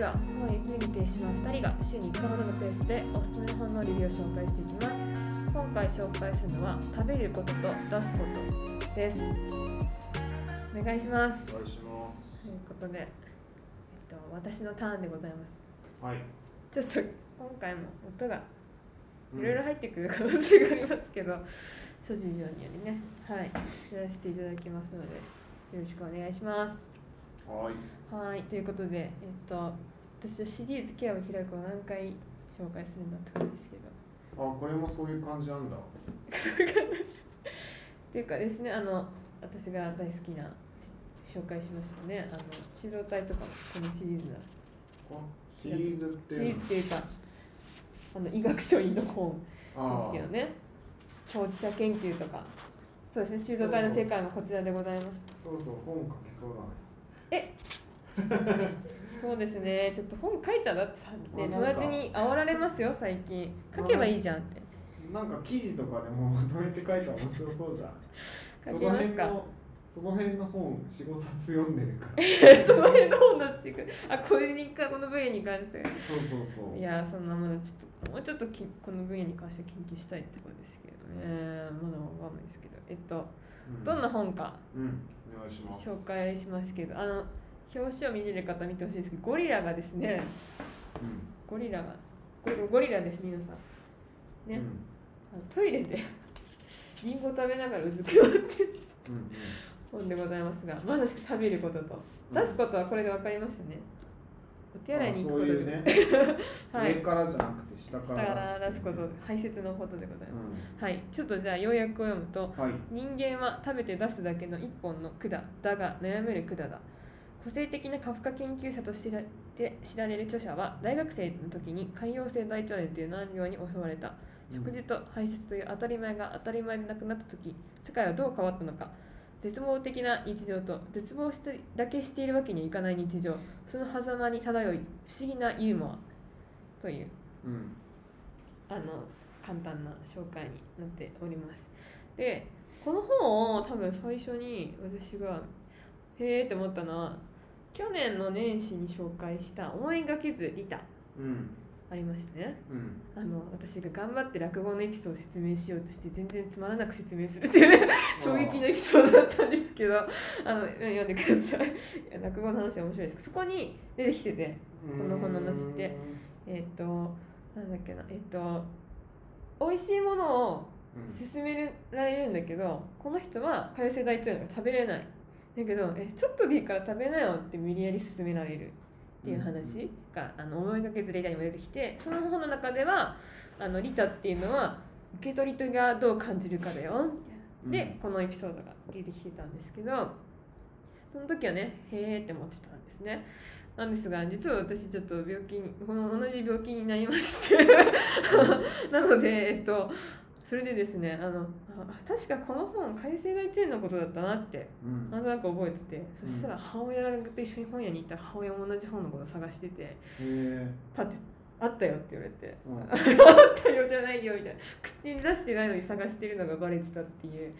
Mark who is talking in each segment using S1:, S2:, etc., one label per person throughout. S1: は本を休みに停止の2人が週に1回ほどのペースでおすすめ本のレビューを紹介していきます今回紹介するのは食べることと出すことですお願いします
S2: お願いしま。
S1: ということで、えっと、私のターンでございます
S2: はい。
S1: すちょっと今回も音がいろいろ入ってくる可能性がありますけど、諸事情によりねはいやらせていただきますのでよろしくお願いします
S2: はい。
S1: はいということでえっと私はシリーズケアを開くを何回紹介するんだったかですけど
S2: あ、これもそういう感じなんだ。
S1: っていうかですねあの私が大好きな紹介しましたねあの指導体とかもこのシリーズだ
S2: こシリーズって
S1: シ
S2: い
S1: リ
S2: う
S1: ーズっていうかあの医学書院の本
S2: の。
S1: ですけど
S2: あ
S1: ね当事者研究とかそうですね中道体の世界もこちらでございます
S2: あ。そうそう、本書けそうだね。
S1: そうですねちょっと本書いたらだってさ、ね、
S2: あなん
S1: 友
S2: か
S1: 達に煽られますよ最近書けばいいじゃんって
S2: なんか記事とかでもまとめて書いたら面白そうじゃん。
S1: 書けますか
S2: その辺の本四五冊読んでる から。
S1: その辺の本出してくるあこれにかこの分野に関して
S2: そうそうそう。
S1: いやそんなものちょっともうちょっときこの分野に関して研究したいってことですけどねまだわかんないですけどえっと
S2: うん、
S1: どんな本か
S2: うん、お願いします。
S1: 紹介しますけどあの表紙を見れる方見てほしいですけどゴリラがですね
S2: うん。
S1: ゴリラがゴリゴリラですニノさんね
S2: うん。
S1: あのトイレで リンゴ食べながらうずくまってる
S2: うん。うん。
S1: 本でございますがまさしく食べることと
S2: うん
S1: 出すことはこれで分かりましたねお手洗いに行くこと
S2: あそういう
S1: で
S2: ね。
S1: はい
S2: 上からじゃなくて下か
S1: 下
S2: ら
S1: から出すこと排泄のことでございます、
S2: う
S1: はいちょっとじゃあ要約を読むと
S2: ん。はい。
S1: 人間は食べて出すだけの一本の管だが悩める管だ個性的な過負荷研究者として知らで知られる著者は大学生の時に潰瘍性大腸炎という難病に襲われた食事と排泄という当たり前が当たり前でなくなった時世界はどう変わったのか絶望的な日常と絶望してだけしているわけにはいかない日常その狭間に漂い不思議なユーモアという
S2: うん。
S1: あの簡単な紹介になっておりますでこの本を多分最初に私がへえって思ったのは去年の年始に紹介した「思いがけずリタ
S2: うん。」
S1: ありましたね
S2: うん。
S1: あの私が頑張って落語のエピソードを説明しようとして全然つまらなく説明するっていうね衝撃のエピソードだったんですけどあの読んでくださいいや落語の話は面白いですけどそこに出てきててこの本の話ってえっ、となんだっけなえっ、と美味しいものを
S2: うん。
S1: 勧められるんだけどこの人は潰瘍性大腸炎が食べれないだけどえちょっとでいいから食べなよって無理やり勧められるっていう話が、あの思いがけずレターにも出てきてその本の中ではあのリタっていうのは受け取り手がどう感じるかだよみたいな
S2: うん。
S1: で、このエピソードが出てきてたんですけどその時はねへーって思ってたんですねなんですが実は私ちょっと病気にこの同じ病気になりまして なのでえっとそれでですねあのあ確かこの本改正大中のことだったなって
S2: うん。
S1: なんとなく覚えててそしたら母親と一緒に本屋に行ったら母親も同じ本のことを探してて
S2: へえ。
S1: パッて「あったよ」って言われて
S2: うん。うん。
S1: 「あったよ」じゃないよみたいな口に出してないのに探してるのがバレてたっていう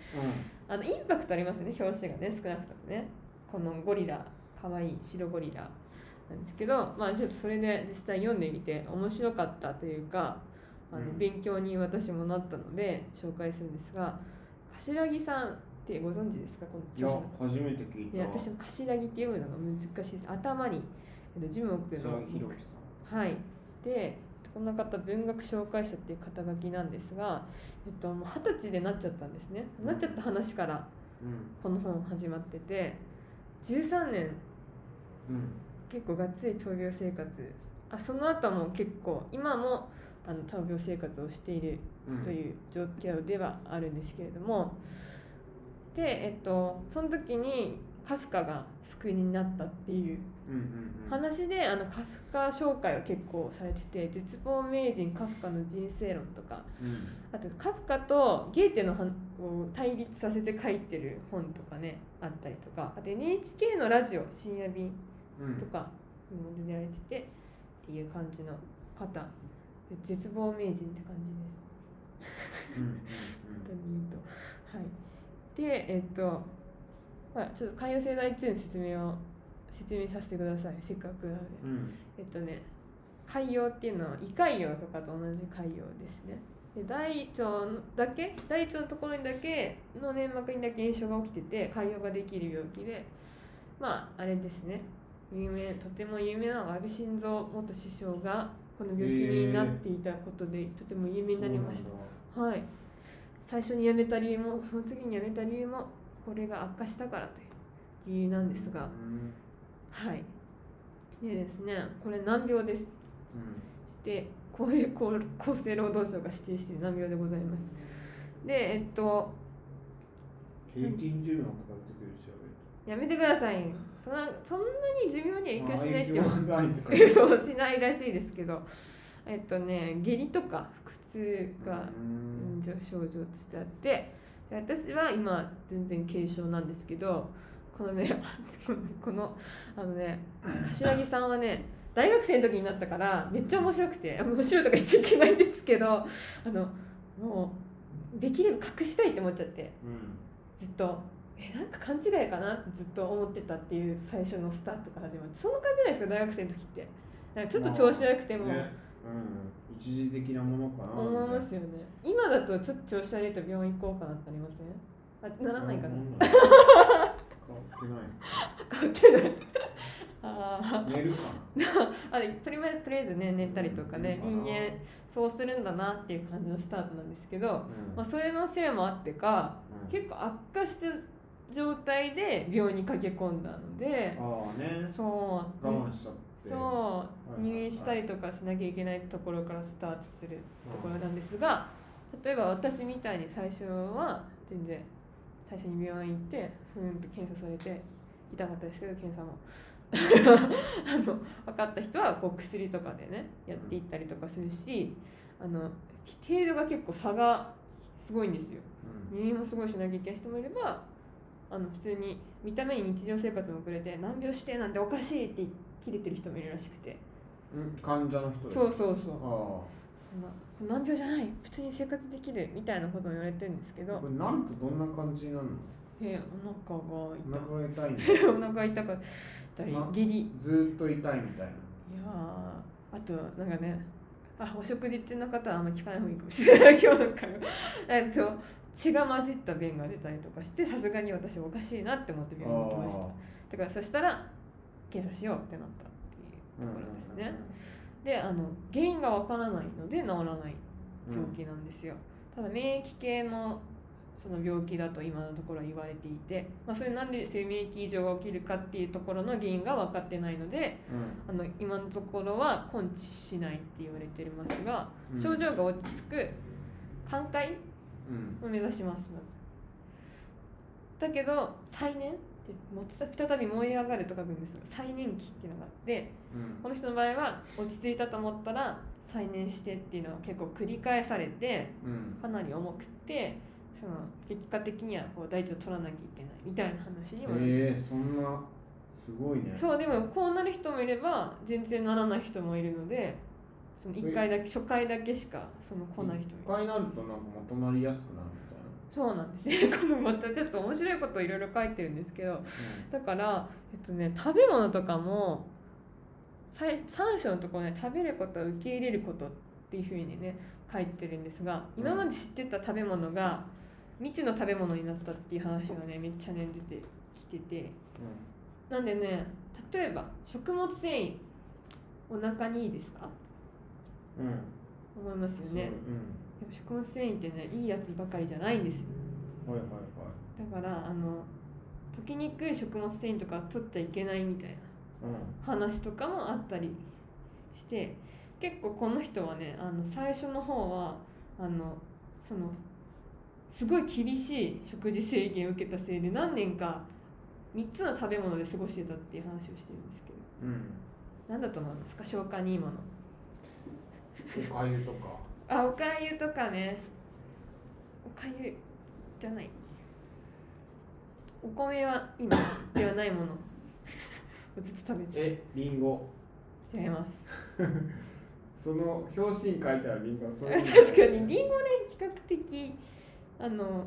S1: あのインパクトありますよね表紙がね少なくともねこのゴリラかわいい白ゴリラなんですけどまあちょっとそれで実際読んでみて面白かったというかあの
S2: うん
S1: 勉強に私もなったので紹介するんですが柏木さんってご存知ですかこの
S2: いや
S1: 著者の、
S2: 初めて聞いた。
S1: いや私も柏木って読むのが難しいです頭にえっと樹木
S2: じゃあ、
S1: の
S2: ひろきさ
S1: はい、でこの方文学紹介者っていう肩書きなんですが、えっと、もう二十歳でなっちゃったんですねなっちゃった話から
S2: ん。うん。
S1: この本始まってて13年
S2: うん。
S1: 結構がっつり闘病生活あその後も結構今もあの闘病生活をしている
S2: うん。
S1: という状況ではあるんですけれどもでえっとその時にカフカが救いになったっていう
S2: うん。うん。うん。
S1: 話であのカフカ紹介を結構されてて絶望名人カフカの人生論とか
S2: うん。
S1: あとカフカとゲーテのはんを対立させて書いてる本とかねあったりとかあと NHK のラジオ深夜便
S2: うん。
S1: とかにも出られててっていう感じの方で絶望名人って感じです
S2: うん。うん。
S1: 簡単に言うとはいでえっと、まあ、ちょっと潰瘍性大腸炎の説明を説明させてくださいせっかくなので
S2: うん
S1: えっとね海洋っていうのは胃海洋とかと同じ海洋ですねで大腸のだけ大腸のところにだけの粘膜にだけ炎症が起きてて海洋ができる病気でまああれですね有名とても有名なのが安倍晋三元首相がこの病気になっていたことで、とても有名になりましたはい、最初に辞めた理由もその次に辞めた理由もこれが悪化したからという理由なんですが、
S2: うん
S1: はいでですねこれ難病ですしてこれこう厚生労働省が指定している難病でございますでえっと
S2: うん、平均寿命とかってくるでしょ
S1: やめてくださいそんなそんなに寿命には影響しない って
S2: あ影響はないとか
S1: そうしないらしいですけどえっとね下痢とか腹痛が
S2: う
S1: うん
S2: ん
S1: じょ症状としてあってで私は今全然軽症なんですけどこのね このあのね柏木さんはね大学生の時になったからめっちゃ面白くて面白いとか言っちゃいけないんですけどあのもうできれば隠したいって思っちゃって
S2: うん
S1: ずっと。えなんか勘違いかなってずっと思ってたっていう最初のスタートから始まってそんな感じじゃないですか大学生の時ってなんかちょっと調子悪くても、
S2: ねうん、一時的なものかな
S1: 思います
S2: よ
S1: よね今だとちょっと調子悪いと病院行こうかなってなりませんあならないかな
S2: 変わってな
S1: 変わってない あ
S2: い寝るかな
S1: ーあでとりあえずとりあえずね寝たりとかね
S2: う
S1: 人
S2: ん
S1: 間そうするんだなっていう感じのスタートなんですけど、
S2: うん
S1: まあ、それのせいもあってか
S2: うん
S1: 結構悪化した状態で病院に駆け込んだので
S2: ああね
S1: そう、
S2: 我慢しちゃって
S1: そう
S2: いはいはい
S1: 入院したりとかしなきゃいけないところからスタートするところなんですが例えば私みたいに最初は全然最初に病院行ってふーんと検査されて痛かったですけど検査も あの分かった人はこう薬とかでねやっていったりとかするしあの程度が結構差がすごいんですよ。
S2: うん
S1: 入院もすごいしなきゃいけない人もいればあの普通に見た目に日常生活も遅れて難病指定なんておかしいって切れてる人もいるらしくて
S2: うん、患者の人
S1: そう
S2: う
S1: そうそう
S2: あ
S1: そんなこれ難病じゃない普通に生活できるみたいなことも言われてるんですけ
S2: あ
S1: ど
S2: これなるとどんな感じになるの
S1: えお腹が
S2: お腹が痛いんだ
S1: 痛いお腹痛かったり
S2: ま
S1: 下痢い
S2: ずーっと痛いみたいな
S1: やーあとなんかねあお食事中の方はあんま聞かない方がいいかもしれない今日なんかえっと血が混じった便が出たりとかしてさすがに私おかしいなって思って病院に行きました
S2: あ
S1: だからそしたら検査しようってなったっていう
S2: ー
S1: ところですね、であの原因がわからないので治らない
S2: うんうんうん
S1: 病気なんですよ、ただ免疫系のその病気だと今のところは言われていて、まあ、それなんで生免疫異常が起きるかっていうところの原因が分かってないのであの今のところは根治しないって言われてますが、
S2: うん
S1: 症状が落ち着く寛解
S2: うん
S1: を目指しますまずだけど再燃ってもう再び燃え上がると書くんですが再燃期っていうのがあって
S2: うん
S1: この人の場合は落ち着いたと思ったら再燃してっていうのは結構繰り返されて
S2: うん
S1: かなり重くてその結果的にはこう大腸を取らなきゃいけないみたいな話にもなる、
S2: えー、そんなすごいね
S1: そうでもこうなる人もいれば全然ならない人もいるのでその1回だけ初回だけしかその来ない人もいる
S2: 一回なるとなんかまとまりやすくなるみたい
S1: そうなんですね このまたちょっと面白いことをいろいろ書いてるんですけど
S2: な
S1: だから、えっとね、食べ物とかもさい3章のところね食べること受け入れることっていうふうにね書いてるんですが
S2: うん
S1: 今まで知ってた食べ物が未知の食べ物になったっていう話がねめっちゃね出てきててなんでね例えば食物繊維お腹にいいですか
S2: うんうん
S1: 思いますよねやっ
S2: う
S1: ぱ食物繊維ってねいいやつばかりじゃないんですよ
S2: んはいはい
S1: だからあの溶けにくい食物繊維とか取っちゃいけないみたいな
S2: はい
S1: 話とかもあったりして結構この人はねあの最初の方はあのそのすごい厳しい食事制限を受けたせいで何年か3つの食べ物で過ごしてたっていう話をしてるんですけど
S2: うんうん
S1: 何だと思いますか消化にいいもの
S2: おかゆとか
S1: あおかゆとかねおかゆじゃないお米は今ではないものずっと食べて
S2: えリンゴ
S1: た違います
S2: その表紙に書いてあるリンゴはそ れ
S1: 確かにりんごね比較的あの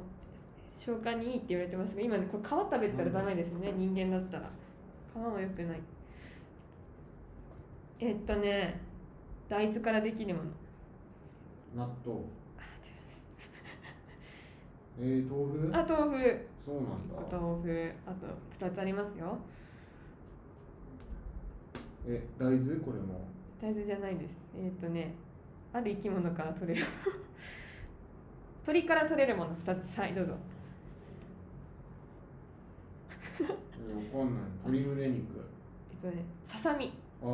S1: 消化にいいって言われてますが今ねこれ皮食べたらダメですね、人間だったら皮も良くないえっとね大豆からできるもの
S2: 納豆
S1: あ違
S2: えー、豆
S1: う
S2: 腐
S1: あ豆腐
S2: そうなん
S1: 1
S2: だ
S1: 個豆腐あと2つありますよ
S2: え大豆これも
S1: 大豆じゃないですえっとねある生き物から取れる 鳥から取れるもの2つはいどうぞ
S2: うんわかんない鶏胸肉
S1: えっとねささみ
S2: ああ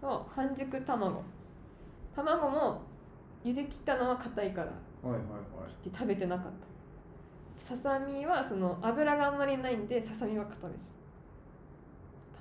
S1: と半熟卵卵も茹で切ったのは硬いから
S2: はいはいはい
S1: 切って食べてなかったささみはその油があんまりないんでささみは硬いです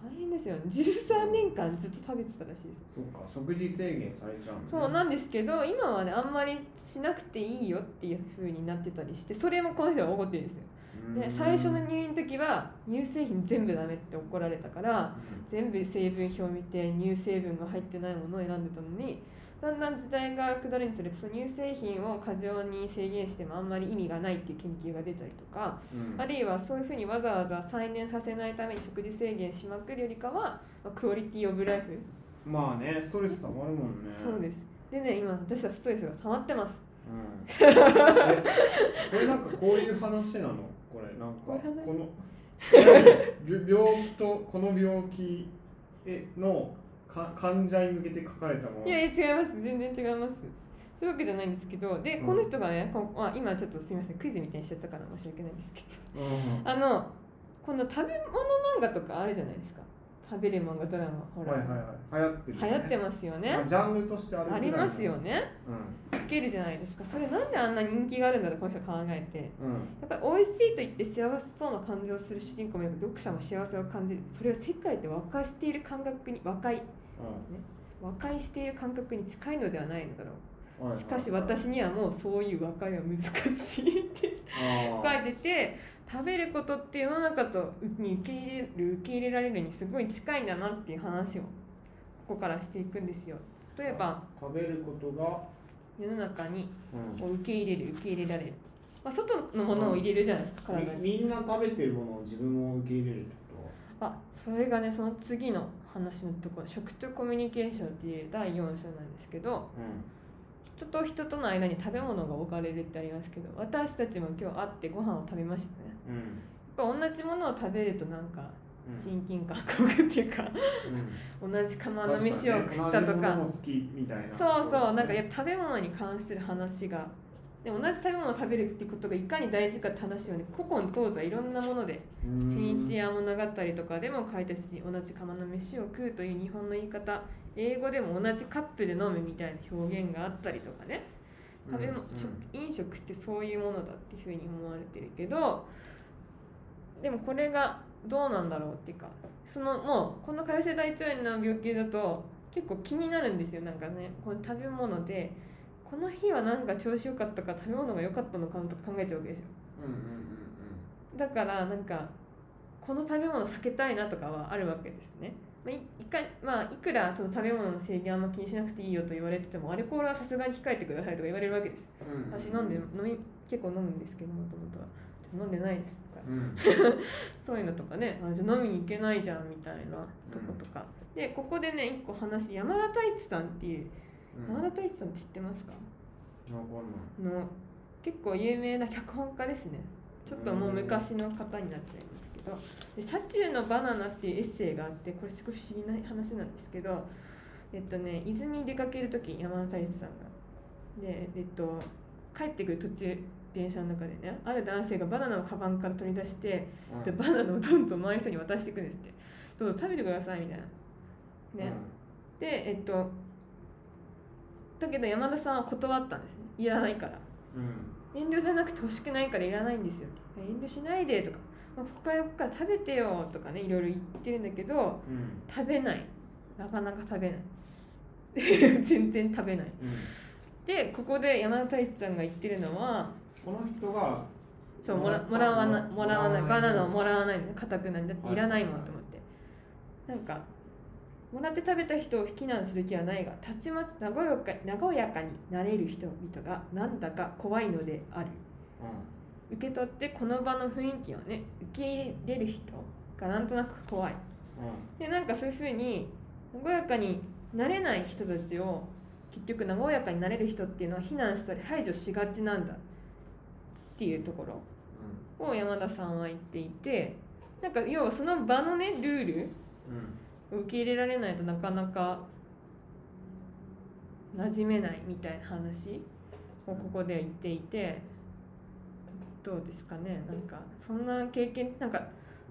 S1: 大変ですよね13年間ずっと食べてたらしいです
S2: そっか食事制限されちゃうのね
S1: そうなんですけど今はねあんまりしなくていいよっていう風になってたりしてそれもこの人は怒ってるんですよ
S2: うー
S1: で
S2: ん
S1: 最初の入院の時は乳製品全部ダメって怒られたから
S2: うん
S1: 全部成分表見て乳成分が入ってないものを選んでたのにだんだん時代が下るにつれてその乳製品を過剰に制限してもあんまり意味がないっていう研究が出たりとか
S2: うん
S1: あるいはそういうふうにわざわざ再燃させないために食事制限しまくるよりかはまあクオリティオブライフ、
S2: まあねストレスたまるもんね
S1: そうですでね今私はストレスが溜まってます
S2: うん、えこれなんかこういう話なのこれなんか
S1: こういう話
S2: の病病気とこの病気へのか患者に向けて書かれたもの
S1: いやいや違います全然違いますそういうわけじゃないんですけどで
S2: うん
S1: この人がね、こんまあ、今ちょっとすみませんクイズみたいにしちゃったから申し訳ないんですけど
S2: うん
S1: あのこの食べ物漫画とかあるじゃないですか食べる漫画ドラマほら、
S2: はいはいはい流行ってる、
S1: 流行ってますよね
S2: まあジャンルとしてあるぐ
S1: あ
S2: らい
S1: りますよね
S2: う
S1: いけるじゃないですかそれなんであんな人気があるんだろうこの人考えて
S2: んうん
S1: やっぱり美味しいと言って幸せそうな感情をする主人公もいれば読者も幸せを感じるそれは世界で和解している感覚に和解和解している感覚に近いのではないのだろ
S2: うんは
S1: う
S2: い
S1: しかし私にはもうそういう和解は難しいって
S2: あ
S1: 書
S2: ー
S1: いてて食べることって世の中とに受け入れる受け入れられるにすごい近いんだなっていう話をここからしていくんですよ例えば
S2: 食べることが、
S1: 世の中に
S2: う
S1: こう受け入れる受け入れられる、まあ、外のものを入れるじゃないですか
S2: ん、
S1: 体に
S2: みみんな食べてるものを自分も受け入れるってこ
S1: あそれがねその次の話のところ食とコミュニケーションっていう第4章なんですけど
S2: と、うん
S1: 人と人との間に食べ物が置かれるってありますけど私たちも今日会ってご飯を食べましたねやっ
S2: うん
S1: ぱ同じものを食べるとなんか
S2: うん
S1: 親近感が湧くっていうか
S2: うん
S1: 同じ釜の飯を食ったとか
S2: 確にね同じものも好きみたいな
S1: そうそうなんかやっぱ食べ物に関する話がで同じ食べ物を食べるってことがいかに大事かって話をね古今東西いろんなもので「千一夜物語」とかでも書いたし同じ釜の飯を食うという日本の言い方英語でも同じカップで飲むみたいな表現があったりとかね食べ物、食飲食ってそういうものだっていうふうに思われてるけどでもこれがどうなんだろうっていうかそのもうこの潰性大腸炎の病気だと結構気になるんですよなんかねこの食べ物でこの日はなんか調子良かったから食べ物が良かったのかなとか考えちゃうわけでしょ
S2: うんうんうん
S1: だからなんかこの食べ物避けたいなとかはあるわけですね、まあ、いいかまあいくらその食べ物の制限あんま気にしなくていいよと言われててもアルコールはさすがに控えてくださいとか言われるわけです
S2: うんうんうん
S1: 私飲んで飲み結構飲むんですけどもともとは飲んでないですとか
S2: うん
S1: そういうのとかねあじゃあ飲みに行けないじゃんみたいなとことか、でここでね一個話山田太一さんっていう、
S2: うん
S1: 山田太一さんって知ってますか
S2: わかんない
S1: あの結構有名な脚本家ですねちょっともう昔の方になっちゃいますけど「で車中のバナナ」っていうエッセイがあってこれすごい不思議な話なんですけどえっとね伊豆に出かける時山田太一さんがでえっと帰ってくる途中電車の中でねある男性がバナナをカバンから取り出して
S2: うん
S1: でバナナをどんどん周りの人に渡していくんですって「どうぞ食べてください」みたいな。ね、でえっとだけど山田さんは断ったんですねいらないから。
S2: うん
S1: 遠慮じゃなくて欲しくないからいらないんですよ遠慮しないでとか、まあ、ここからここから食べてよとかねいろいろ言ってるんだけど
S2: うんうん
S1: 食べないなかなか食べない全然食べない
S2: うん
S1: でここで山田太一さんが言ってるのは
S2: この人が
S1: そうも
S2: もら
S1: らもらわないも
S2: も
S1: ら
S2: ら
S1: わない
S2: もらわない
S1: バナナをもらわないんだ硬くないんだっていらないもんと思ってなんかもらって食べた人を非難する気はないがたちまち和やか和やかになれる人々がなんだか怖いのである
S2: う
S1: 受け取ってこの場の雰囲気をね受け入れる人がなんとなく怖い
S2: ん
S1: でなんかそういうふうに和やかになれない人たちを結局和やかになれる人っていうのは非難したり排除しがちなんだっていうところを山田さんは言っていてなんか要はその場のねルールを受け入れられないとなかなか馴染めないみたいな話をここで言っていてどうですかねなんかそんな経験なんか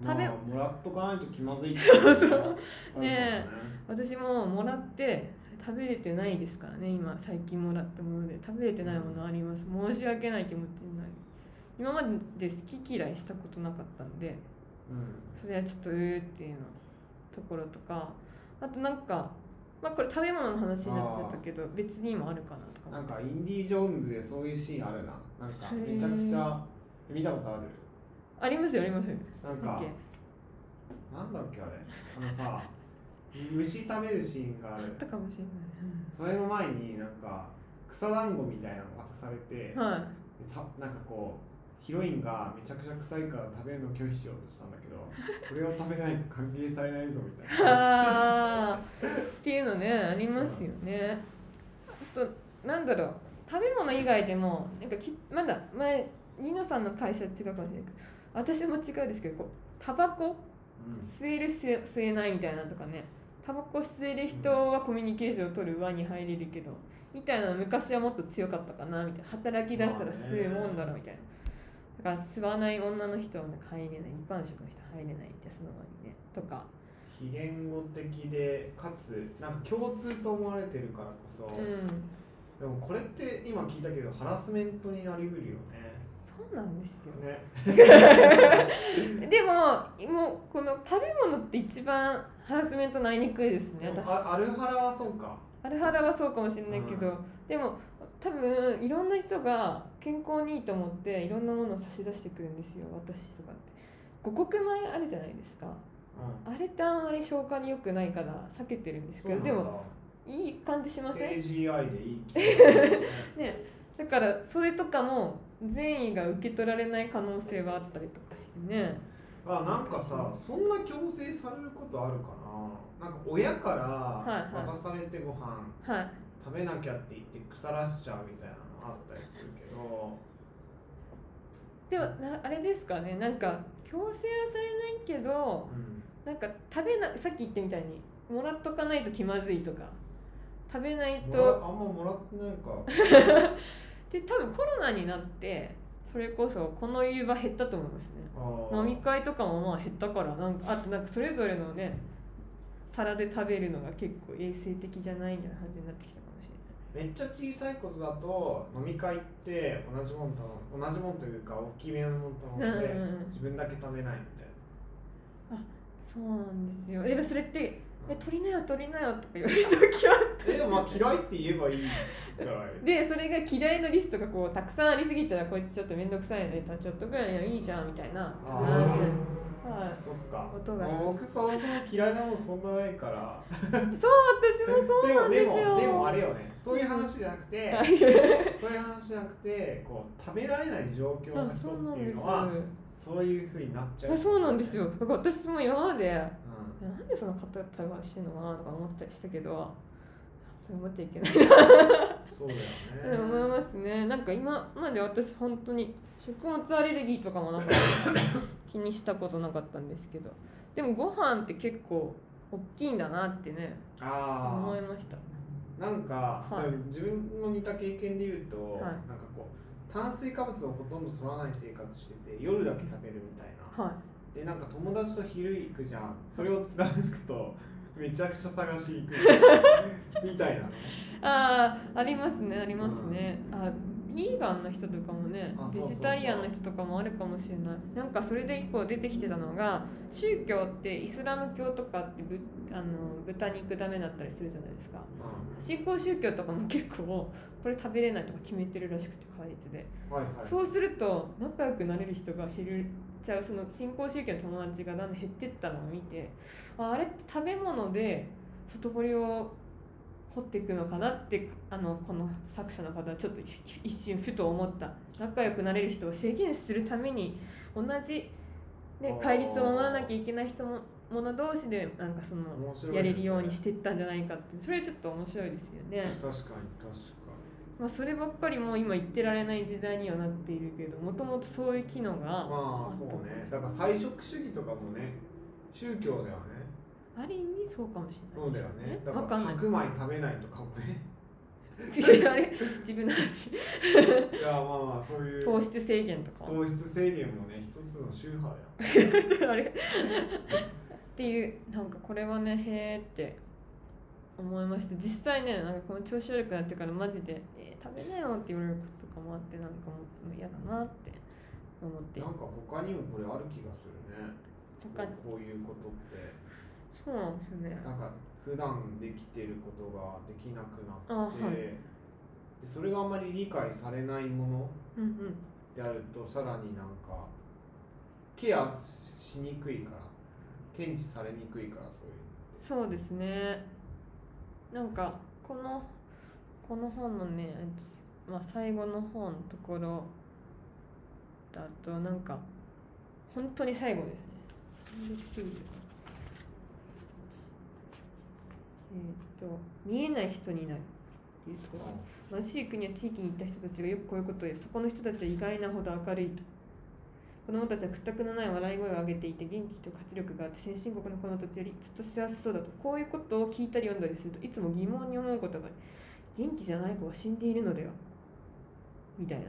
S1: 食べ
S2: まあもらっとかないと気まずい
S1: そうそう
S2: う
S1: ね私ももらって食べれてないですからね今最近もらったもので食べれてないものあります申し訳ない気持ちになる今まで好き嫌いしたことなかったんで
S2: うん
S1: それはちょっとうーっていうのところとかあとなんかまあこれ食べ物の話になっちゃったけど別にもあるかなとか
S2: なん
S1: も
S2: かインディ・ジョーンズでそういうシーンあるななんかめちゃくちゃ見たことある
S1: ありますよありますよ
S2: なん
S1: オッ
S2: か
S1: ケー
S2: なんだっけあれあのさ虫食べるシーンがあ
S1: あ
S2: る
S1: ったかもしれ
S2: それの前になんか草団子みたいなの渡され
S1: ない、
S2: て、
S1: うん、はい
S2: でたなんかこうヒロインがめちゃくちゃ臭いから食べるの拒否しようとしたんだけどこれを食べないと歓迎されないぞみたいな
S1: あーっていうのねありますよね。あとなんだろう食べ物以外でもなんかきまだ前ニノさんの会社違うかもしれないけど私も違うですけどこうタバコ
S2: うん
S1: 吸える吸え吸えないみたいなのとかねタバコ吸える人はコミュニケーションを取る輪に入れるけどみたいなの昔はもっと強かったかなみたいな働き出したら吸うもんだろみたいなだから吸わない女の人はなんか入れない一般職の人は入れないみたいなその場にねとか。
S2: 非言語的でかつなんか共通と思われてるからこそ、
S1: うん
S2: でもこれって今聞いたけどハラスメントになりうるよね
S1: そうなんですよ
S2: ね
S1: でももうこの食べ物って一番ハラスメントなりにくいですね私
S2: あアルハラはそうか
S1: アルハラはそうかもしれないけど、
S2: う
S1: でも多分いろんな人が健康にいいと思っていろんなものを差し出してくるんですよ私とかって五穀米あるじゃないですか
S2: う
S1: あれってあんまり消化に良くないから避けてるんです
S2: ん
S1: けどで
S2: そう
S1: もいい感じしま
S2: なんだ
S1: せん
S2: AGI でいい気がする
S1: ねだからそれとかも善意が受け取られない可能性はあったりとかしてね
S2: あなんかさそんな強制されることあるかななんか親か
S1: いは
S2: ら
S1: い
S2: 渡されてご飯
S1: はい
S2: 食べなきゃって言って腐らしちゃうみたいなのあったりするけど
S1: でもなあれですかねなんか強制はされないけど
S2: うん
S1: なんか食べなさっき言ったみたいにもらっとかないと気まずいとか食べない
S2: もら
S1: と
S2: あんまもらってないか
S1: で多分コロナになってそれこそこの湯場減ったと思いますね
S2: あー
S1: 飲み会とかもまあ減ったからなんかあとなんかそれぞれのね皿で食べるのが結構衛生的じゃないみたいな感じになってきたかもしれない
S2: めっちゃ小さいことだと飲み会って同じもん頼む同じもんというか大きめのもん頼んで、
S1: うんうんうん
S2: 自分だけ食べないみたい
S1: そうなんですよでもそれって「え
S2: な
S1: 取りなよ取りなよ」とか言われる時は
S2: えでもまあ嫌いって言えばいいじゃない
S1: でそれが嫌いなリストがこうたくさんありすぎたらこいつちょっと面倒くさいのでちょっとぐらいならいいじゃんみたいな
S2: あ
S1: 感
S2: ー
S1: じはい
S2: そっか
S1: 音が
S2: もう僕そもそも嫌いなもんそんなないから
S1: 私もそうなんですよ
S2: もでもでもあれよねそういう話じゃなくてそういう話じゃなくてこう食べられない状況の
S1: あ
S2: 人
S1: そう
S2: っ
S1: な
S2: て
S1: ん
S2: い
S1: で
S2: う
S1: す
S2: の
S1: よ
S2: はそういうふうになっちゃう
S1: あそうなんですよだから私も今まで
S2: うん
S1: なんでその方対話してんのかなとか思ったりしたけどそう思っちゃいけない
S2: そうだよね
S1: うん思いますねなんか今まで私本当に食物アレルギーとかも なんか気にしたことなかったんですけどでもご飯って結構大きいんだなってね思
S2: あ
S1: いました
S2: あなんか、
S1: はい
S2: でも自分の似た経験で言うと、
S1: はい
S2: なんかこう炭水化物をほとんど取らない生活してて夜だけ食べるみたいな、
S1: はい
S2: でなんか友達と昼行くじゃんそれを貫くとめちゃくちゃ探しに行 くみたいな
S1: ああありますねありますね、あビーガンの人とかもね
S2: あそうそう
S1: ベ
S2: そう
S1: ジタリアンの人とかもあるかもしれないなんかそれで一個出てきてたのが宗教ってイスラム教とかってぶあの豚肉ダメだったりするじゃないですか
S2: う
S1: 新興宗教とかも結構これ食べれないとか決めてるらしくて戒律で、
S2: んはいはい
S1: そうすると仲良くなれる人が減るちゃうその新興宗教の友達がだんだん減ってったのを見てああれって食べ物で外堀を掘っていくのかなってあのこの作者の方はちょっと一瞬ふと思った仲良くなれる人を制限するために同じ、ね、
S2: あー
S1: 戒律を守らなきゃいけない人も者同士でなんかその
S2: 面白いですね
S1: やれるようにしていったんじゃないかってそれちょっと面白いですよね、
S2: 確かに確かに
S1: まあ、そればっかりもう今言ってられない時代にはなっているけどもともとそういう機能が
S2: まあそうねだから菜食主義とかもね宗教ではね
S1: ある意味そうかもしれ
S2: そ
S1: ないうで
S2: だ
S1: す
S2: よ
S1: よ
S2: ね
S1: ね
S2: だ
S1: わ
S2: か
S1: から んない
S2: 白米食べないとかも ね
S1: いやあれ自分の話
S2: いやまあまあそういう
S1: 糖質制限とか
S2: 糖質制限もね一つの宗派だよ
S1: あれっていうなんかこれはねへーって思いました実際ねなんかこの調子悪くなってからマジで「えー食べなよ」って言われることとかもあってなんかもう嫌だなって思ってい
S2: な
S1: る
S2: んか他にもこれある気がするね
S1: 他に
S2: こういうことって
S1: そうなんですよね
S2: なんか普段できてることができなく
S1: あ
S2: なっ
S1: は
S2: て、
S1: い
S2: でそれがあんまり理解されないもの
S1: うんうん
S2: であるとさらになんかケアしにくいから検知されにくいからそうい
S1: そ
S2: う
S1: うですねなんかこのこの本のね、えっとまあ、最後の本のところだとなんか本当に最後ですねえっと見えない人になるっていうところ貧しい国や地域に行った人たちがよくこういうことを言うそこの人たちは意外なほど明るいと子供たちは屈託のない笑い声を上げていて元気と活力があって先進国の子供たちよりずっと幸せそうだとこういうことを聞いたり読んだりするといつも疑問に思うことがある元気じゃない子は死んでいるのではみたいな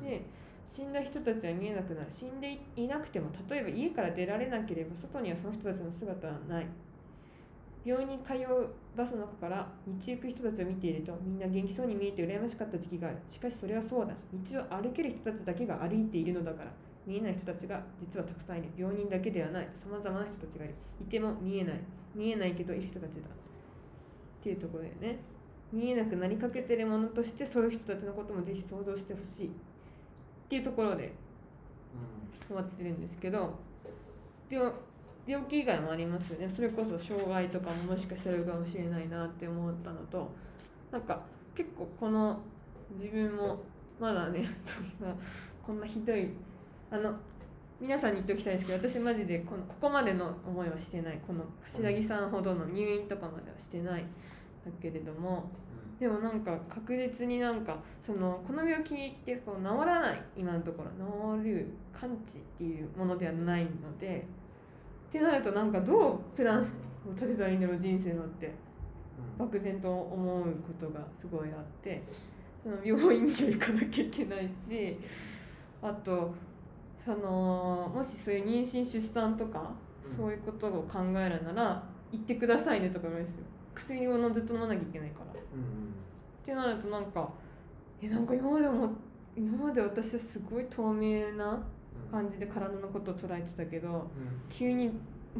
S2: うん
S1: で死んだ人たちは見えなくなる死んでいなくても例えば家から出られなければ外にはその人たちの姿はない病院に通うバスの中から道行く人たちを見ているとみんな元気そうに見えて羨ましかった時期があるしかしそれはそうだ道を歩ける人たちだけが歩いているのだから見えない人たちが実はたくさんいる病人だけではないさまざまな人たちがいるいても見えない見えないけどいる人たちだっていうところだよね見えなくなりかけてるものとしてそういう人たちのこともぜひ想像してほしいっていうところで
S2: う
S1: 終わってるんですけど病病気以外もありますよねそれこそ障害とかももしかしたらあるかもしれないなって思ったのとなんか結構この自分もまだね そんなこんなひどいあの皆さんに言っておきたいんですけど私マジでこのここまでの思いはしてないこの柏木さんほどの入院とかまではしてないんだけれども
S2: ん
S1: でもなんか確実になんかそのこの病気ってこう治らない今のところ治る完治っていうものではないのでってなるとなんかどうプランを立てたらいいんだろう人生のって
S2: うん
S1: 漠然と思うことがすごいあってその病院には行かなきゃいけないしあとそのもしそういう妊娠出産とか
S2: うん
S1: そういうことを考えるなら行ってくださいねとか言われるんですよ薬をのずっと飲まなきゃいけないから。
S2: うん
S1: ってなるとなんかえなんか今までも今まで私はすごい透明な
S2: うん
S1: 感じで体のことを捉えてたけど
S2: うん
S1: 急に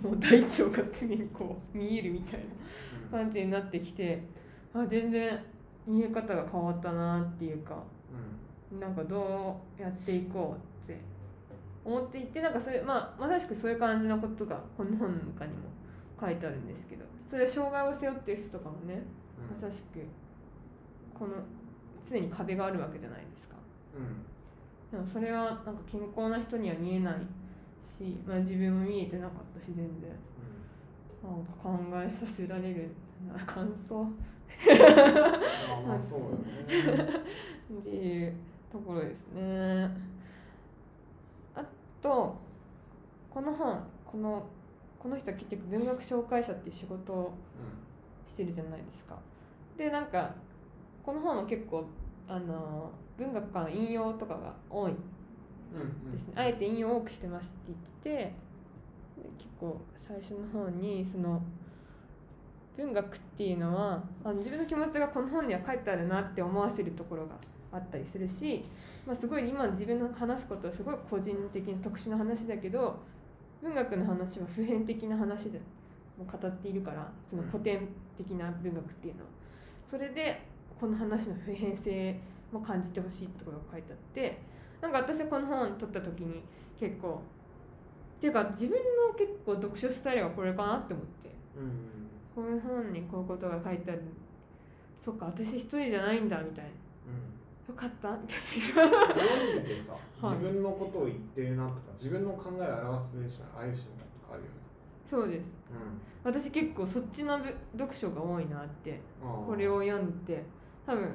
S1: もう大腸が常にこう 見えるみたい
S2: うん
S1: な感じになってきてあ全然見え方が変わったなっていうかなんかどうやっていこうって思っていてなんかそれ、まあ、まさしくそういう感じのことがこの本の中にも書いてあるんですけどそれは障害を背負ってる人とかもね
S2: うん
S1: まさしくこの常に壁があるわけじゃないですか
S2: うん
S1: でもそれはなんか健康な人には見えないし、まあ、自分も見えてなかったし全然なんか考えさせられるな感想
S2: うんまあまあそうよね
S1: っていうところですねあとこの本このこの人は結局文学紹介者っていう仕事をしてるじゃないですか。でなんかこの本も結構あの文学からの引用とかが多い
S2: うんうん
S1: ですね、あえて引用を多くしてますって言ってて結構最初の方にその文学っていうのはあの自分の気持ちがこの本には書いてあるなって思わせるところがあったりするし、まあ、すごい今自分の話すことはすごい個人的な特殊な話だけど文学の話は普遍的な話でも語っているからその古典的な文学っていうのは。それでこの話の普遍性も感じてほしいってことが書いてあってなんか私この本取った時に結構っていうか自分の結構読書スタイルはこれかなって思って
S2: うんうん
S1: こういう本にこういうことが書いてあるそっか私一人じゃないんだみたいな
S2: う
S1: よ
S2: ん
S1: かったみたいな
S2: 読んでてさ、
S1: はい
S2: 自分のことを言ってるなとか自分の考えを表す文章ああいう人とかあるよね
S1: そうです私結構そっちのぶ読書が多いなって
S2: うん、
S1: これを読んで多分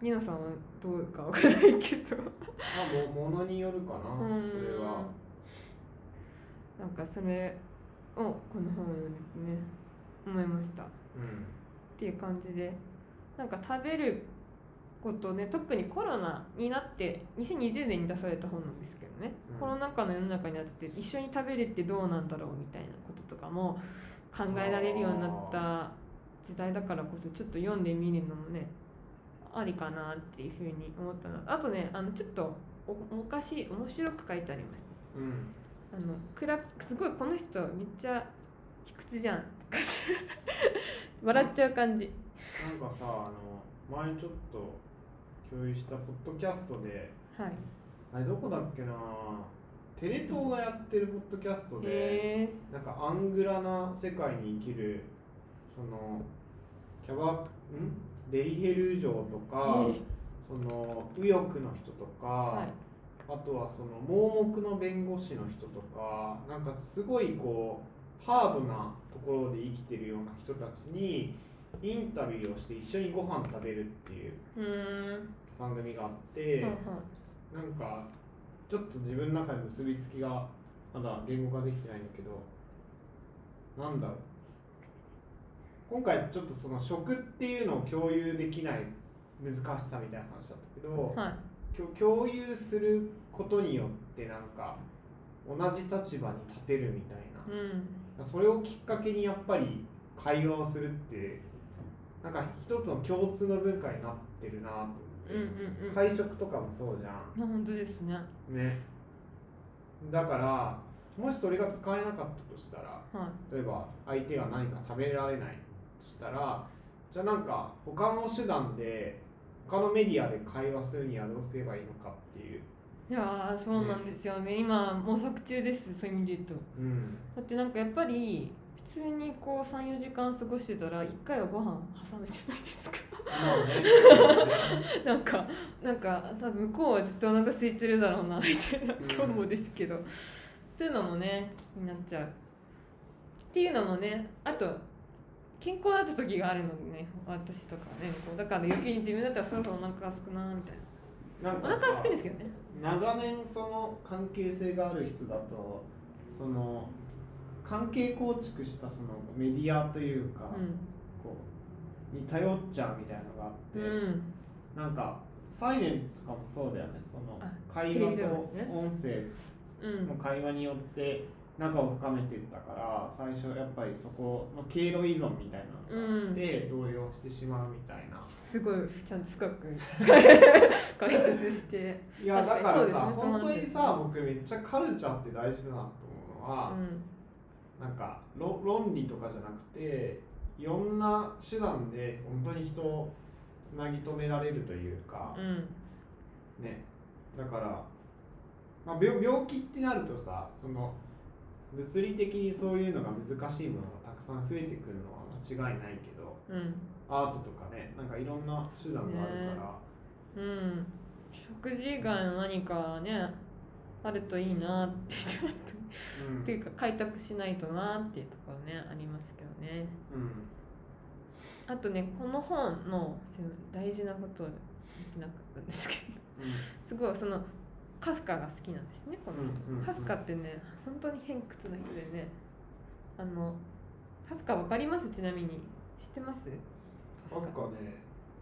S1: ニノさんはどうかわからないけど
S2: あもものによるかなそ
S1: うん
S2: れは
S1: なんかそれをこの本を読んでね思いましたっ
S2: うん
S1: ていう感じでなんか食べることね特にコロナになって2020年に出された本なんですけどね、
S2: うん
S1: コロナ禍の世の中にあって一緒に食べるってどうなんだろうみたいなこととかも考えられるようになった時代だからこそちょっと読んでみるのもねありかなっていうふうに思ったなあとねあのちょっとおおかしい面白く書いてあります
S2: うん
S1: あの暗くすごいこの人めっちゃ卑屈じゃん 笑っちゃう感じ
S2: なんかさあの前ちょっと共有したポッドキャストで
S1: はい
S2: あれどこだっけなテレ東がやってるポッドキャストで、
S1: へ
S2: なんかアングラな世界に生きるそのキャバんデリヘル城と
S1: え
S2: か、その右翼の人とか、
S1: はい
S2: あとはその盲目の弁護士の人とかなんかすごいこうハードなところで生きてるような人たちにインタビューをして一緒にご飯食べるっていう
S1: うーん
S2: 番組があって、
S1: はいはい
S2: なんかちょっと自分の中で結びつきがまだ言語化できてないんだけどなんだろう今回ちょっとその食っていうのを共有できない難しさみたいな話だったけど、
S1: はい
S2: きょ共有することによってなんか同じ立場に立てるみたいな
S1: うん
S2: それをきっかけにやっぱり会話をするってなんか一つの共通の文化になってるなと思って、
S1: うんうんうん
S2: 会食とかもそうじゃ
S1: まあ本当ですね
S2: んねだからもしそれが使えなかったとしたら
S1: は
S2: 例えば相手が何か食べられないとしたらじゃあなんか他の手段で他のメディアで会話するにはどうすればいいのかっていう
S1: いいやーそうなんですよね今模索中ですそういう意味で言うと
S2: うん
S1: だってなんかやっぱり普通にこう34時間過ごしてたら1回はご飯挟めてないですか
S2: まあね。
S1: なんかなんか多分向こうはずっとお腹空いてるだろうなみたいな
S2: うん
S1: 今日もですけど、そういうのもね気になっちゃうっていうのもねあと健康だった時があるのでね私とかはねこうだから余計に自分だったらそろそろお腹が空くなみたい
S2: なんか
S1: なお腹は
S2: さ
S1: 空くんですけどね
S2: 長年その関係性がある人だとその関係構築したそのメディアというか、こうに頼っちゃうみたいなのがあって、
S1: うんうん
S2: なんかサイレンとかもそうだよねその
S1: あ
S2: 会
S1: テレ
S2: 話
S1: ビ
S2: と
S1: でもね
S2: 音声
S1: うん
S2: の会話によって仲を深めていったから最初やっぱりそこの経路依存みたいなのがあって動揺してしまうみたいな。
S1: すごいちゃんと深く解説して、
S2: いやだ
S1: 確
S2: か
S1: からにそ
S2: さ、
S1: うですねその
S2: 本
S1: 話
S2: 当
S1: で
S2: に
S1: す
S2: さ僕めっちゃカルチャーって大事だなと思うの
S1: う
S2: は、
S1: ん、
S2: なんかろ論理とかじゃなくていろんな手段で本当に人をつなぎ止められるというか
S1: う、ん、
S2: ねだから、まあ、病病気ってなるとさその物理的にそういうのが難しいものがたくさん増えてくるのは間違いないけど
S1: うん、
S2: アートとかねなんかいろんな手段があるから。
S1: うん、食事以外の何かねあるといいなってちょっと
S2: うん
S1: っていうか開拓しないとなっていうところねありますけどね
S2: うん
S1: あとねこの本のその大事なことを言ってなかったんですけど
S2: うん
S1: すごいそのカフカが好きなんですねこの人、
S2: うんうんうん
S1: カフカってね本当に偏屈な人でねあのカフカわかりますちなみに知ってますカ
S2: なん
S1: フ
S2: か
S1: カ
S2: ね、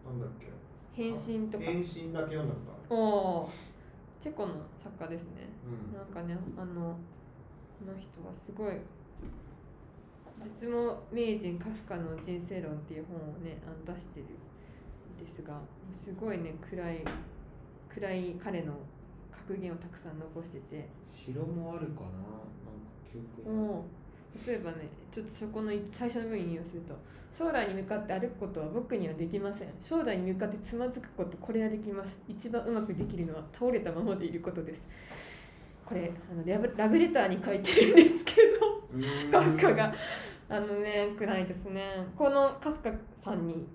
S2: なんだっけ。
S1: 変身とか
S2: 変身だけ読んだこと
S1: お
S2: あ
S1: おーチェコの作家ですね
S2: る。うん
S1: なんかねあのこの人はすごい絶望名人カフカの人生論っていう本をねあの出してるんですがすごいね暗い暗い彼の格言をたくさん残してて
S2: 城もあるかな。なんか記憶に。
S1: もう例えばねちょっとそこの最初の部分に用すると「将来に向かって歩くことは僕にはできません将来に向かってつまずくことこれはできます一番うまくできるのは倒れたままでいることです」これあのラブラブレターに書いてるんですけど
S2: うーん
S1: カフカが。あのね暗いですねこのカフカさんに、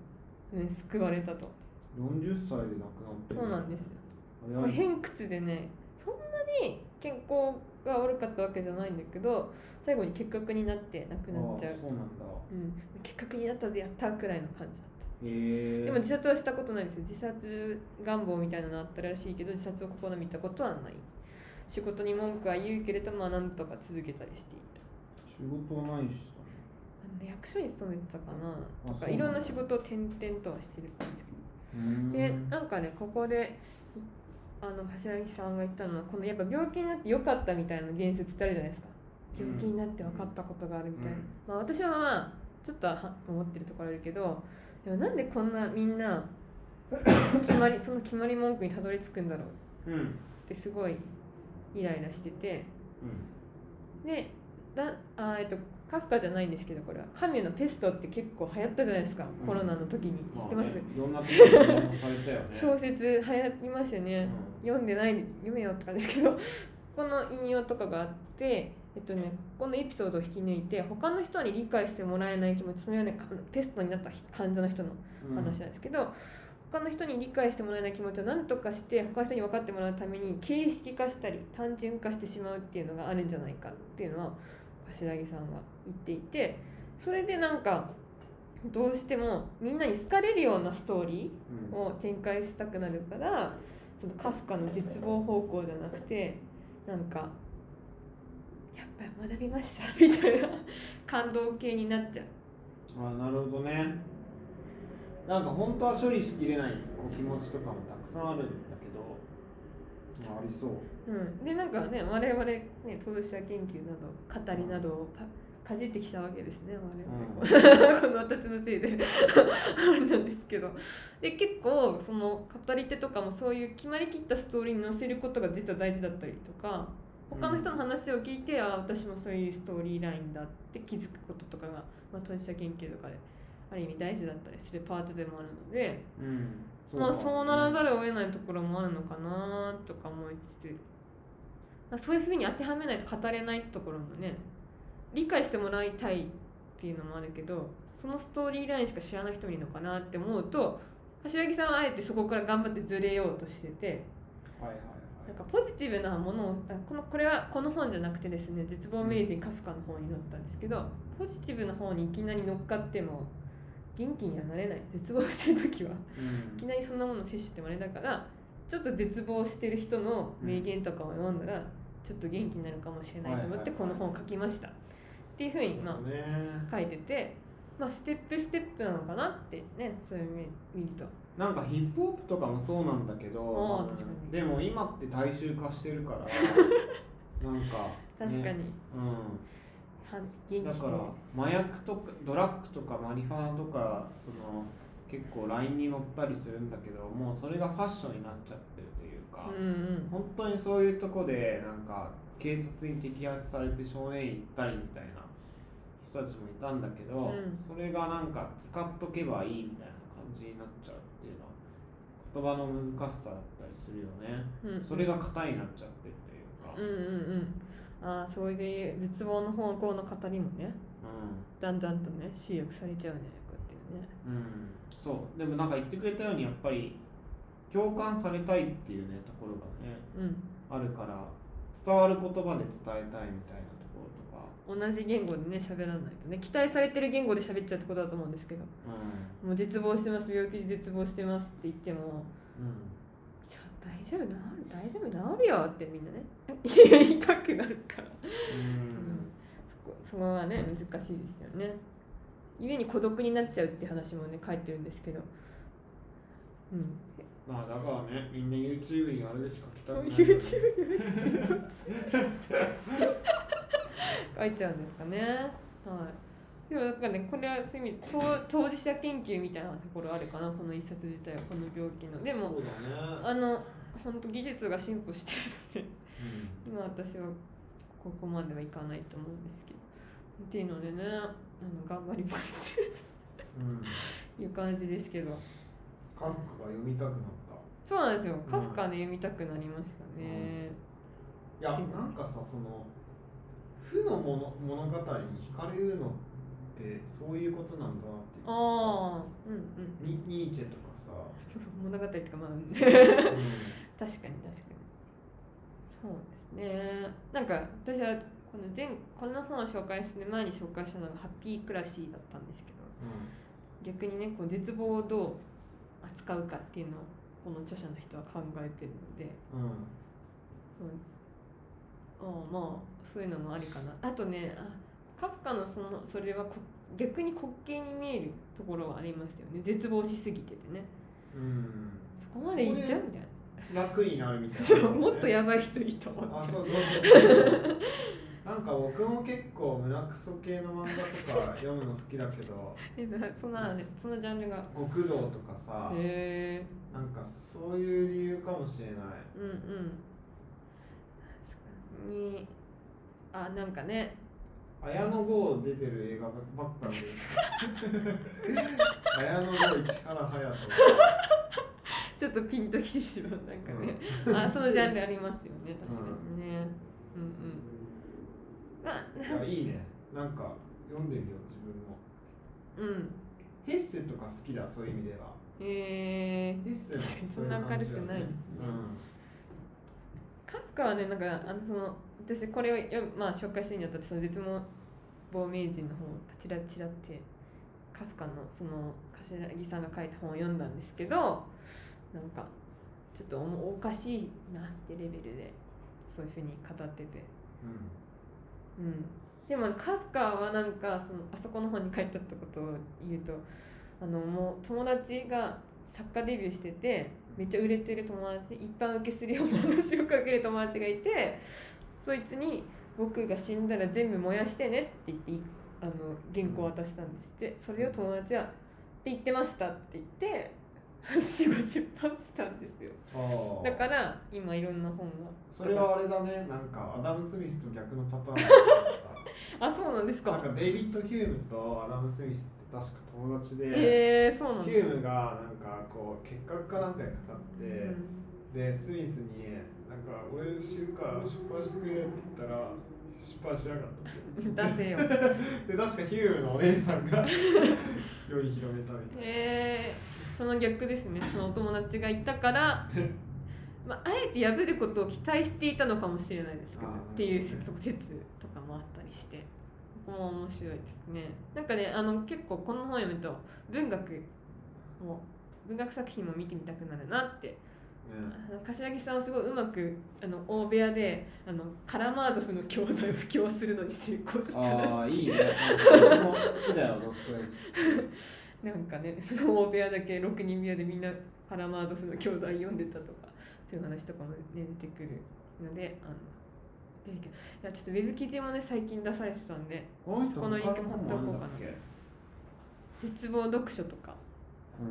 S1: ね、救われたと
S2: 四十歳で亡くなってる。
S1: そうなんです
S2: 早い。
S1: これ偏屈でねそんなに健康が悪かったわけじゃないんだけど最後に結核になって亡くなっちゃう
S2: ああ、そうなんだ
S1: うん、結核になったぜやったくらいの感じだった
S2: へえ
S1: でも自殺はしたことないんですよ自殺願望みたいなのあったらしいけど自殺を試みたことはない仕事に文句は言うけれどもなんとか続けたりしていた
S2: 仕事は何して
S1: あの役所に勤めてたかなと
S2: あそうなん
S1: か
S2: だ
S1: いろんな仕事を転々とはしてる感じですけど
S2: たの
S1: で
S2: うーん
S1: なんかねここであの柏木さんが言ったのはこのやっぱ病気になってよかったみたいな言説ってあるじゃないですか
S2: うん
S1: 病気になって分かったことがあるみたいな、
S2: うん
S1: まあ、私はまあちょっとは思ってるところあるけどでもなんでこんなみんな決ま りその決まり文句にたどり着くんだろう
S2: うんうん
S1: ってすごいイライラしててでだあーえっとカフカじゃないんですけどこれはカミュのペストって結構流行ったじゃないですか、コロナの時に知ってます、
S2: あねいろんなところにされた よね
S1: 小説流行りましたよね、
S2: う
S1: 読んでない読めよって感じですけど ここの引用とかがあってえっとねここのエピソードを引き抜いて他の人に理解してもらえない気持ちそのようなかペストになった患者の人の
S2: ん
S1: 話なんですけど、他の人に理解してもらえない気持ちを何とかして他の人に分かってもらうために形式化したり単純化してしまうっていうのがあるんじゃないかっていうのは柏木さんが言っていてそれでなんかどうしてもみんなに好かれるようなストーリー
S2: うん
S1: を展開したくなるからそのカフカの絶望方向じゃなくてなんかやっぱり学びましたみたいな感動系になっちゃう
S2: あなるほどねなんか本当は処理しきれないこう気持ちとかもたくさんあるんだけど、まあ、ありそう、
S1: うん、でなんかね我々ね当事者研究など語りなどをかかじってきたわけですね我々、 この私のせいであれなんですけどで結構その語り手とかもそういう決まりきったストーリーに載せることが実は大事だったりとか他の人の話を聞いて、あ私もそういうストーリーラインだって気づくこととかが、まあ、当事者研究とかである意味大事だったりするパートでもあるので。
S2: うん
S1: まあそうならざ
S2: る
S1: るを得ないところもあるのかなとか思いつつまあそういうふうに当てはめないと語れないところもね理解してもらいたいっていうのもあるけどそのストーリーラインしか知らない人もいるのかなって思うと柏木さんはあえてそこから頑張ってずれようとしてて
S2: はいはい
S1: なんか
S2: は
S1: ポジティブなものをあこのこれはこの本じゃなくてですね「絶望名人カフカ」の方に載ったんですけどポジティブな方にいきなり乗っかっても元気にはなれない絶望してる時は。
S2: い、うん
S1: いきなりそんなもの摂取してもあれだからちょっと絶望してる人の名言とかを読んだら、ちょっと元気になるかもしれないと思って
S2: はい
S1: こ
S2: はい
S1: の
S2: はい
S1: 本を書きました、っていうふうにま
S2: ね
S1: あ書いてて、まあ、ステップステップなのかなってねそういう意味と
S2: なんかヒップホップとかもそうなんだけど
S1: ああ
S2: 多分
S1: 確かに
S2: でも今って大衆化してるから なんか、
S1: 確かに、
S2: う
S1: は元
S2: ん、
S1: 気
S2: だから麻薬とかドラッグとかマリファナとかその結構 LINE に乗ったりするんだけどもうそれがファッションになっちゃってるというか、
S1: うんうん
S2: 本当にそういうとこでなんか警察に摘発されて少年院行ったりみたいな人たちもいたんだけど、
S1: うん
S2: それがなんか使っとけばいいみたいな感じになっちゃうっていうのは言葉の難しさだったりするよね
S1: うん
S2: それが型になっちゃってるというか
S1: うんうんうんああそういう絶望の方向の方にもね
S2: う
S1: だんだんとね集約されちゃうんじゃないかっていうね
S2: ん、うん、そうでもなんか言ってくれたようにやっぱり共感されたいっていうねところがね
S1: うん
S2: あるから伝わる言葉で伝えたいみたいなところとか
S1: 同じ言語でね喋らないとね期待されてる言語で喋っちゃうってことだと思うんですけど
S2: うん
S1: もう絶望してます病気で絶望してますって言っても
S2: うん
S1: 「ちょ大丈夫治る大丈夫治るよ」ってみんなね 言いたくなるから
S2: うん
S1: そこそこはね難しいですよね故に孤独になっちゃうって話もね書いてるんですけどうん
S2: まあだからね、みんな YouTube にあれでしか来たくないから
S1: YouTube にどっち書いちゃうんですかねはいでもなんかねこれはそういう意味当当事者研究みたいなところあるかなこの一冊自体はこの病気のでも
S2: そうだね。
S1: あの本当技術が進歩してるので今私はここまではいかないと思うんですけどっていうのでねあの頑張ります
S2: うん。うん。
S1: いう感じですけど
S2: カフカが読みたくなった。
S1: そうなんですよカフカね読みたくなりましたね、
S2: いや、なんかさ、その、負のもの物語に惹かれるのってそういうことなんだなっていう。
S1: ああうんうん
S2: ニニーチェとかさ、
S1: 物語っていうかまあ確かに
S2: うん
S1: 確かにそうですねなんか私はこの前この本を紹介する前に紹介したのが「ハッピークラシー」だったんですけど逆にねこう絶望をどう扱うかっていうのをこの著者の人は考えてるので、
S2: うんうん
S1: うん、ああまあそういうのもありかなあとねあカフカのそのそれはこ逆に滑稽に見えるところはありますよね絶望しすぎててね
S2: うん
S1: そこまでいっちゃうみたいな
S2: 楽になるみたいな
S1: そう もっとやばい人いたわ
S2: あそうそうそうそうなんか僕も結構胸クソ系の漫画とか読むの好きだけど
S1: えなそんなそんなジャンルが
S2: 極道とかさ
S1: へえ
S2: なんかそういう理由かもしれない
S1: うんうん確かにあなんかね
S2: 綾野剛出てる映画ばっかりで 綾野剛市原隼
S1: ちょっとピンときてしまうなんか
S2: 人
S1: ね、あそのジャンルありますよね確かにねうんうんまあ
S2: うんあいいねなんか読んでみよう自分も
S1: うん
S2: ヘッセとか好きだそういう意味では
S1: え
S2: ヘッセもういう
S1: そんな明
S2: 感
S1: る
S2: じ
S1: く
S2: だよ
S1: ないですね
S2: うん
S1: ー、カフカはねなんかあのその私これを読む、まあ、紹介するにあたってその絶望亡命人の本をチラチラってカフカのその柏木さんが書いた本を読んだんですけどなんかちょっとおもおかしいなってレベルでそういうふうに語ってて
S2: うん
S1: うん、でもカフカはなんかそのあそこの本に書いてあったことを言うとあのもう友達が作家デビューしててめっちゃ売れてる友達一般受けするような話をかける友達がいてそいつに「僕が死んだら全部燃やしてね」って言っていあの原稿を渡したんですってそれを友達は「って言ってました」って言って死後出版したんですよ
S2: ああ
S1: だから今いろんな本が
S2: それはあれだねなんかアダム・スミスと逆のパターンだっ
S1: あ そうなんです
S2: たな
S1: か
S2: んかデイビッド・ヒュームとアダム・スミスって確か友達で、
S1: へえー、そうなんだ
S2: ヒュームがなんかこう結核かなんかにかかって、
S1: うん
S2: でスミスに「なんか俺死ぬから出版してくれ」って言ったら出版しなかったっ て
S1: 出せよ。
S2: で確かヒュームのお姉 さんがより広めたみたい
S1: えー、その逆ですね。そのお友達がいた から、まああえて破ることを期待していたのかもしれないですけど、
S2: あー
S1: っていう説説とかもあったりして、ここも面白いですね。なんかね、あの結構この本読むと文学も文学作品も見てみたくなるなって
S2: な、ね、
S1: あの柏木さんはすごいうまくあの大部屋であのカラマーゾフの兄弟を布教するのに成功したらしい。
S2: いね僕も好きだよドクトレ
S1: なんかね、 その大部屋だけ6人部屋でみんなカラマーゾフの兄弟読んでたとかそういう話とかも、ね、出てくるのであの出てきたいやちょっとウェブ記事もね最近出されてたんで
S2: この人
S1: このリンクも貼っ
S2: 他の
S1: ておこう
S2: 本
S1: かな
S2: もあるんだっけ
S1: 絶望読書とか
S2: う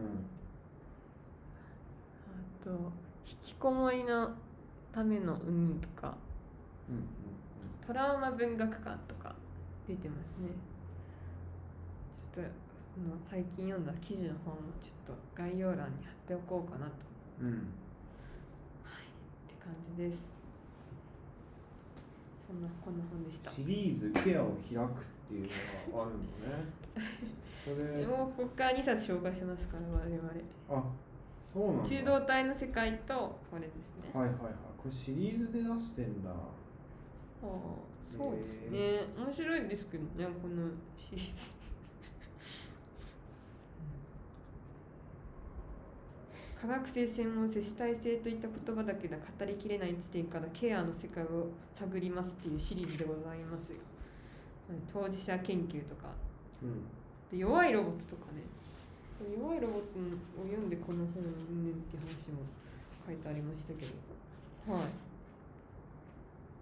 S1: あ
S2: ん
S1: と引きこもりのための運とか
S2: うんうん
S1: トラウマ文学館とか出てますねちょっとその最近読んだ記事の本もちょっと概要欄に貼っておこうかなと
S2: うんうん
S1: って感じですそんなこんな本でした
S2: シリーズケアを開くっていうのがあるのね。 それ
S1: もうここから2冊紹介しますから我々
S2: あそうなんだ。
S1: 中
S2: は
S1: 道体の世界とこれですね
S2: いはいはい。これシリーズで出してんだ。
S1: ああそうですね面白いですけどねこのシリーズ科学性専門性主体性といった言葉だけでは語りきれない地点からケアの世界を探りますっていうシリーズでございますようん当事者研究とか
S2: うん。
S1: で弱いロボットとかねそう弱いロボットを読んでこの本を読んでって話も書いてありましたけどはい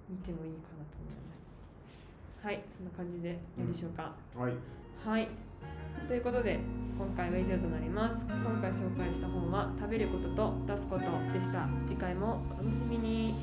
S1: 見てもいいかなと思いますはいそんな感じでいいでしょうか、
S2: はい。
S1: はいということで今回は以上となります今回紹介した本は「食べることと出すこと」でした次回もお楽しみに